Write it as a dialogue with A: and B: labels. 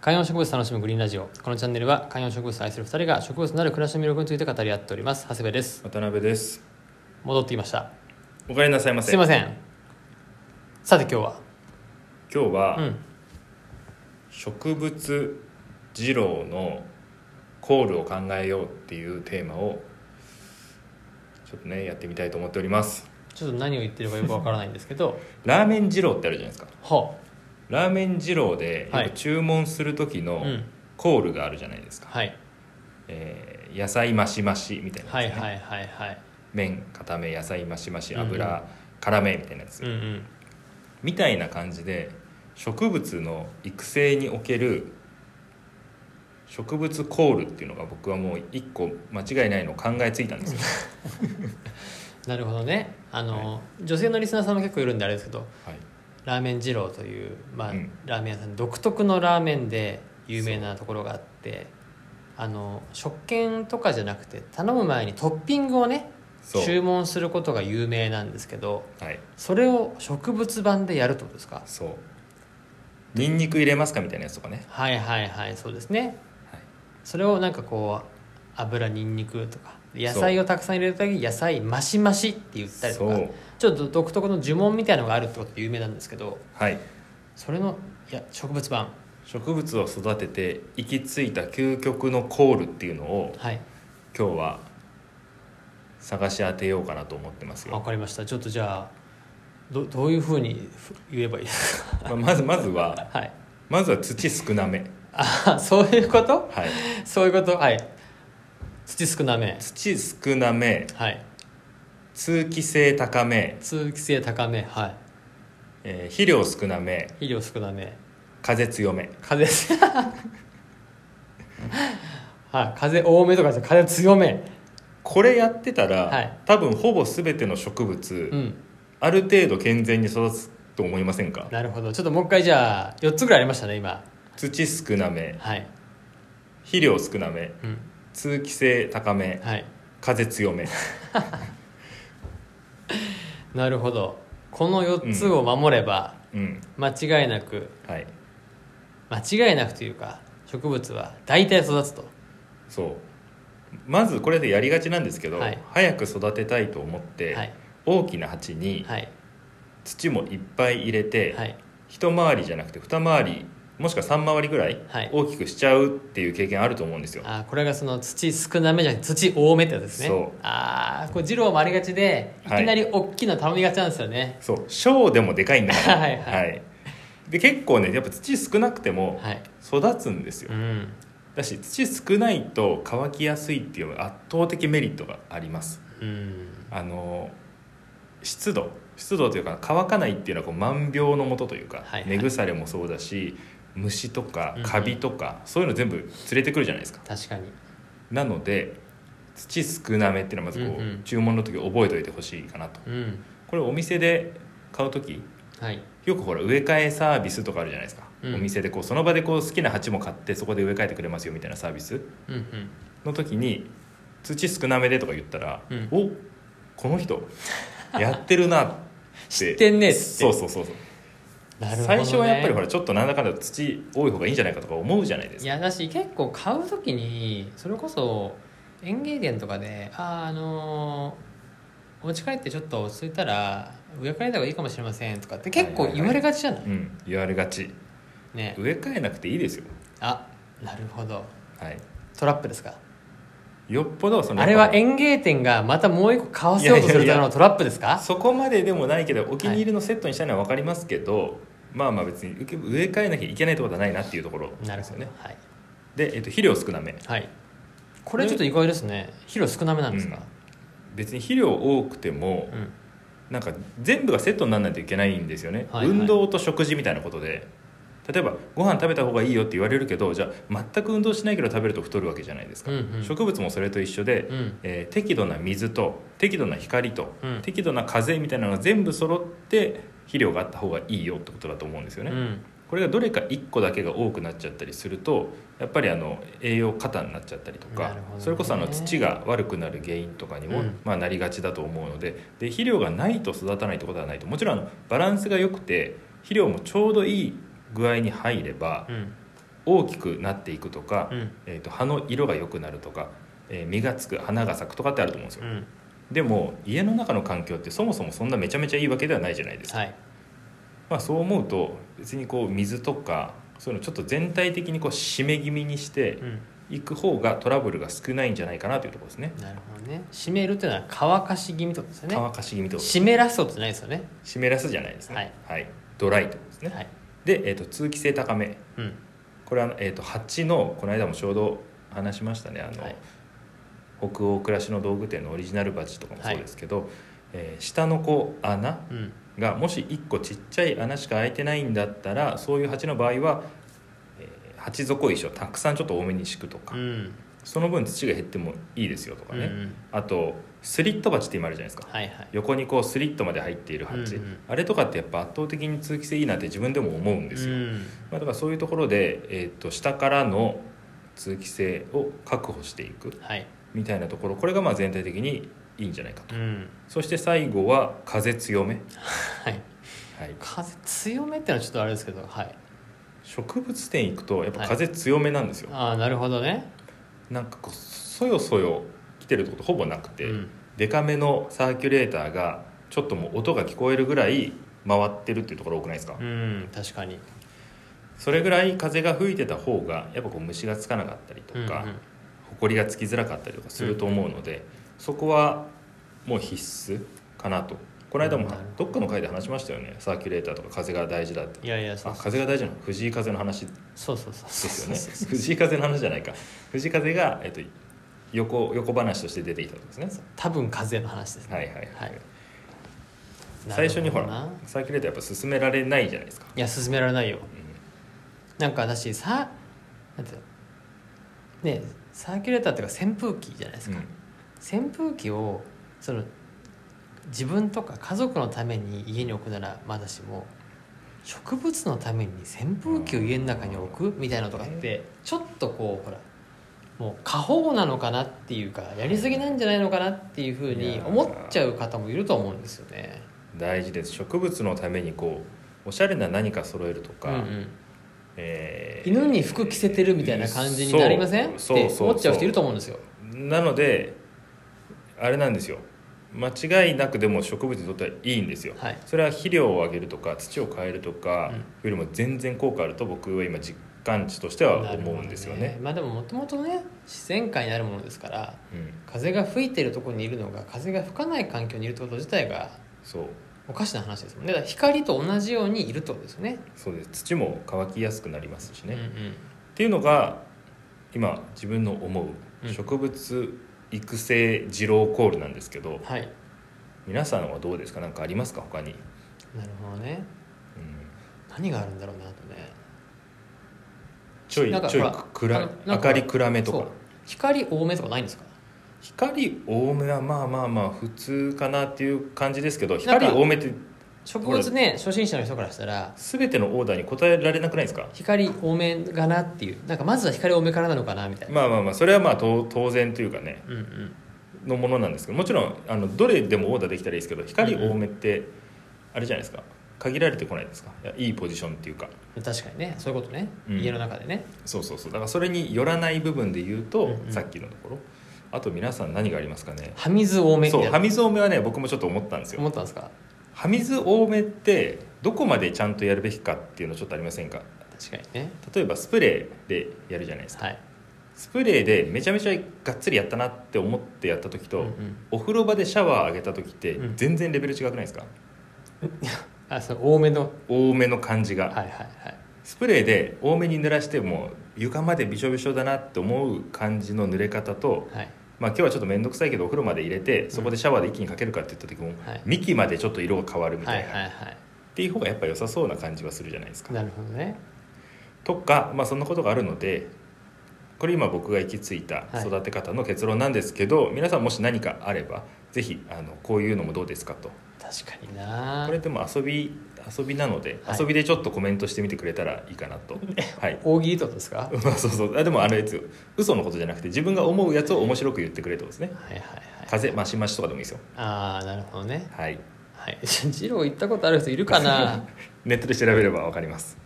A: 観葉植物楽しむグリーンラジオこのチャンネルは観葉植物を愛する2人が植物なる暮らしの魅力について語り合っております長谷部です
B: 渡辺です
A: 戻ってきました
B: おかえりなさいますせ
A: いませんさて今日は
B: 今日は、
A: うん
B: 植物二郎のコールを考えようっていうテーマをちょっとねやってみたいと思っております
A: ちょっと何を言ってるかよくわからないんですけど
B: ラーメン二郎ってあるじゃないですか
A: は
B: ラーメン二郎で
A: はい
B: よく注文する時
A: あ、う
B: の
A: ん
B: コールがあるじゃないですか、
A: はい、
B: えー野菜増し増しみたいなやつ、
A: はいはいはいはい
B: 麺固め野菜増し増し
A: うんうん
B: 油辛めみたいなやつ、
A: うんうん
B: みたいな感じで植物の育成における植物コールっていうのが僕はもう一個間違いないのを考えついたんです よ、
A: なるほどねあの、女性のリスナーさんも結構いるんであれですけど
B: はい、
A: ラーメン二郎という、まあ
B: うん
A: ラーメン屋さん独特のラーメンで有名なところがあってあの食券とかじゃなくて頼む前にトッピングをね
B: そう
A: 注文することが有名なんですけど
B: はい
A: それを植物版でやるってことですか
B: そうニンニク入れますかみたいなやつとかね、
A: はいはいはいそうですね
B: はい、
A: それをなんかこう油にんにくとか野
B: そう
A: 菜をたくさん入れるだけ野菜マシマシって言ったりと
B: そ
A: か
B: う
A: ちょっと独特の呪文みたいのがあるってことで有名なんですけど
B: はい
A: それのいや植物版
B: 植物を育てて行き着いた究極のコールっていうのを
A: はい
B: 今日は探し当てようかなと思ってます
A: わ
B: よ、
A: かりましたちょっとじゃあどどういうふうにふ言えばいい ですか
B: まあ、まずまずは
A: はい
B: まずは土少なめ
A: あそういうこと
B: はい
A: そういうことはい土少なめ
B: 土少なめ
A: はい
B: 通気性高め、
A: 通気性高めは
B: えー肥料少なめ
A: い肥料少なめ
B: 風強め
A: 風 はい風多めとかじゃ風強め
B: これやってたら、
A: はい
B: 多分ほぼ全ての植物、
A: うん
B: ある程度健全に育つと思いませんか
A: なるほどちょっともう一回じゃあ4つぐらいありましたね今
B: 土少なめ
A: はい
B: 肥料少なめ
A: うん
B: 通気性高め
A: はい
B: 風強め
A: なるほどこの4つを守れば
B: うん
A: 間違いなく
B: はい
A: 間違いなくというか植物は大体育つと
B: そうまずこれでやりがちなんですけど、
A: はい
B: 早く育てたいと思って、
A: はい
B: 大きな鉢に
A: はい
B: 土もいっぱい入れて、
A: はい
B: 一回りじゃなくて二回りもしくは三回りぐらい
A: はい
B: 大きくしちゃうっていう経験あると思うんですよ、
A: あーこれがその土少なめじゃなくて土多めってやつですね
B: そう
A: ああこれ二郎もありがちでい
B: はい
A: きなり大きな頼みがちなんですよね、
B: そう小でもでかいんだから
A: はいはい
B: で結構ねやっぱ土少なくても
A: はい、
B: 育つんですよ、
A: うん
B: だし土少ないと乾きやすいっていう圧倒的メリットがあります
A: うん
B: あの湿度湿度というか乾かないっていうのはこう万病のもとというか、
A: はいはい
B: 根腐れもそうだし虫とか
A: うんうん
B: カビとか、そういうの全部連れてくるじゃないですか
A: 確かに
B: なので土少なめっていうのはまずこう、
A: うんうん
B: 注文の時覚えておいてほしいかなと
A: うん
B: これお店で買う時
A: はい
B: よくほら植え替えサービスとかあるじゃないです
A: う
B: か、
A: ん
B: お店でこうその場でこう好きな鉢も買ってそこで植え替えてくれますよみたいなサービス
A: うんうん
B: の時に土少なめでとか言ったら、
A: うん
B: おこの人やってるなって
A: 知ってんねっつって
B: そうそうそうそう、
A: なるほど、ね、
B: 最初はやっぱりほ
A: ら
B: らちょっとなんだかんだ土多い方がいいんじゃないかとか思うじゃないで
A: い
B: すか
A: やだし結構買う時にそれこそ園芸店とかであーあのーお家帰ってちょっと落ち着いたら植え替えた方がいいかもしれませんとかって結構言われがちじゃない,、
B: うん言われがち
A: ね
B: 植え替えなくていいですよ
A: あなるほど
B: はい
A: トラップですか
B: よっぽどその
A: あれは
B: やっ
A: 園芸店がまたもう一個買わせようとするためのトラップです
B: ぱ
A: か
B: そこまででもないけどお気に入りのセットにしたいのは分かりますけど、まあまあ別に植え植え替えなきゃいけないってことはないなっていうところ
A: な
B: で
A: る
B: す
A: ほ
B: よ
A: どね
B: ね
A: はい、
B: で、えっと、肥料少なめ
A: はい、これちょっと意外ですね肥料少なめなんですか、
B: 別に肥料多くても、
A: うん
B: なんか全部がセットにならないといけないんですよね、
A: はいはい
B: 運動と食事みたいなことで例えばご飯食べた方がいいよって言われるけどじゃあ全く運動しないけど食べると太るわけじゃないですか、
A: うんうん
B: 植物もそれと一緒で、
A: うん
B: えー適度な水と適度な光と、
A: うん
B: 適度な風みたいなのが全部揃って肥料があった方がいいよってことだと思うんですよね、
A: うん
B: これがどれか1個だけが多くなっちゃったりするとやっぱりあの栄養過多になっちゃったりと
A: なるほ
B: か、
A: どね
B: それこそあの土が悪くなる原因とかにも、
A: うん
B: まあ、なりがちだと思うのでで肥料がないと育たないってことはないともちろんあのバランスが良くて肥料もちょうどいい具合に入れば
A: うん
B: 大きくなっていくとか、
A: うん
B: えー、と葉の色が良くなるとか、えー実がつく花が咲くとかってあると思うんですよ、
A: うん
B: でも家の中の環境ってそもそもそんなめちゃめちゃいいわけではないじゃないですか、
A: はい
B: まあ、そう思うと別にこう水とかそういうのちょっと全体的にこう締め気味にして
A: うん
B: いく方がトラブルが少ないんじゃないかなというところですね
A: なるほどね湿るっていうのは乾かし気味ってことですよね
B: 乾かし気味と湿
A: 湿らすことじゃないですよね
B: らすじゃないですね
A: はい、
B: ドライということですね、
A: はい
B: で、えー、と通気性高め
A: うん
B: これは、えー、と蜂のこの間もちょうど話しましたねあの、
A: はい
B: 北欧暮らしの道具店のオリジナル鉢とかもそうですけど、えー下のこう穴
A: うん
B: がもし1個ちっちゃい穴しか開いてないんだったらそういう鉢の場合は、えー鉢底石をたくさんちょっと多めに敷くとか、
A: うん
B: その分土が減ってもいいですよとか
A: うんう
B: ね、
A: ん
B: あとスリット鉢って今あるじゃないですか
A: はいはい
B: 横にこうスリットまで入っている鉢、
A: うんうん
B: あれとかってやっぱ圧倒的に通気性いいなって自分でも思うんですよ、
A: うん
B: まあ、だからそういうところで、えー、と下からの通気性を確保していく
A: はい
B: みたいなところこれがまあ全体的にいいんじゃないかと
A: うん
B: そして最後は風強め、
A: はい
B: はい、
A: 風強めってのはちょっとあれですけどはい
B: 植物店行くとやっぱ風強めなんですよ、
A: ああなるほどね
B: なんかこうそよそよ来てるとことほぼなくて、
A: うん
B: デカめのサーキュレーターがちょっともう音が聞こえるぐらい回ってるっていうところ多くないですか、
A: うん確かに
B: それぐらい風が吹いてた方がやっぱこう虫がつかなかったりと
A: うんうん
B: か、埃がつきづらかったりとかすると思うので、そこはもう必須かなとこの間も
A: なるほ
B: どっかの回で話しましたよねサーキュレーターとか風が大事だって
A: いやいやそ
B: あ
A: う
B: 風が大事なの藤井風の話で
A: そうそうそう
B: すよね藤井風の話じゃないか藤井風が、えっと、横横話として出てきたんですね
A: 多分風の話ですね
B: はいはいはい、
A: はい
B: 最初にほ
A: なる
B: ら
A: どな
B: サーキュレーターやっぱ進められないじゃないですか、
A: いや進められないよ
B: う
A: なんか私さなんていうのねサーキュレーターっていうか扇風機じゃないです
B: ん
A: か、扇風機をその自分とか家族のために家に置くならまだしも植物のために扇風機を家の中に置くみたいなのとかってちょっとこうほらもう過保護なのかなっていうかやりすぎなんじゃないのかなっていうふうに思っちゃう方もいると思うんですよね。
B: 大事です植物のためにこうおしゃれな何か揃えると
A: うん
B: か、
A: うん、
B: えー
A: 犬に服着せてるみたいな感じになりませんって
B: そうそうそう
A: 思っちゃう人いると思うんですよ。
B: なのであれなんですよ間違いなくでも植物にとってはいいんですよ
A: はい
B: それは肥料をあげるとか土を変えるとか
A: うん
B: よりも全然効果あると僕は今実感値としては思うんですよ
A: なるほ
B: ね
A: どまあでももともとね自然界にあるものですから
B: うん、
A: 風が吹いてるところにいるのが風が吹かない環境にいるってこと自体が
B: そう
A: おかしな話ですもんねだから光と同じようにいるってことですよね
B: そうです土も乾きやすくなりますしね、
A: うん
B: っ
A: うん
B: ていうのが今自分の思
A: うん
B: う植物育成二郎コールなんですけど
A: はい
B: 皆さんはどうですか何かありますか他に、
A: なるほどね
B: うん、
A: 何があるんだろうなとね
B: ちょい
A: なんか
B: ちょ
A: ほ
B: い
A: ら
B: 暗い
A: あのな
B: 明
A: んか
B: かり暗めと
A: そ
B: か
A: う光多めとかないんですか
B: 光多めはまあまあまあ普通かなっていう感じですけど
A: なんか
B: 光多めって
A: 植物ね初心者の人からしたら
B: 全てのオーダーに応えられなくないですか
A: 光多めかなっていうなんかまずは光多めからなのかなみたいな、
B: まあまあまあそれはまあと当然というかね
A: うんうん
B: のものなんですけどもちろんあのどれでもオーダーできたらいいですけど光多めってあれじゃないですか限られてこないですかいやいいポジションっていうか
A: 確かにねそういうことね、
B: うん
A: 家の中でね
B: そうそうそうだからそれによらない部分で言うと、
A: うんうん
B: さっきのところあと皆さん何がありますかね
A: 葉水多めみた
B: そ
A: いうな
B: はみず多めはね僕もちょっと思ったんですよ
A: 思ったんですか
B: はみず多めってどこまでちゃんとやるべきかっていうのちょっとありませんか
A: 確かにね
B: 例えばスプレーでやるじゃないですか
A: はい
B: スプレーでめちゃめちゃがっつりやったなって思ってやった時と、
A: うんうん
B: お風呂場でシャワーあげた時って
A: うん
B: 全然レベル違くないですか、
A: あその多めの
B: 多めの感じが、
A: はいはいはい
B: スプレーで多めに濡らしても床までびしょびしょだなって思う感じの濡れ方と、
A: はい
B: まあ、今日はちょっと面倒くさいけどお風呂まで入れてそこでシャワーで一気にかけるかって言った時も、
A: はい
B: 幹までちょっと色が変わるみ
A: は
B: た
A: い
B: いな、
A: はいは
B: っていう方がやっぱ良さそうな感じはするじゃないですか
A: い。なるほどね
B: とか、まあ、そんなことがあるのでこれ今僕が行き着いた
A: はい
B: 育て方の結論なんですけど、皆さんもし何かあればぜひあのこういうのもどうですかと
A: 確かにな
B: これでも遊び遊びなので、
A: はい
B: 遊びでちょっとコメントしてみてくれたらいいか なとはい
A: 大喜利ってことですかはい
B: まあそうそうあでもあれですよ嘘のことじゃなくて自分が思うやつを面白く言ってくれとですね
A: はいはい
B: 風マシマシとかでもいいですよ
A: ああなるほどね
B: はい
A: はいジロー行ったことある人いるかな
B: ネットで調べればわかります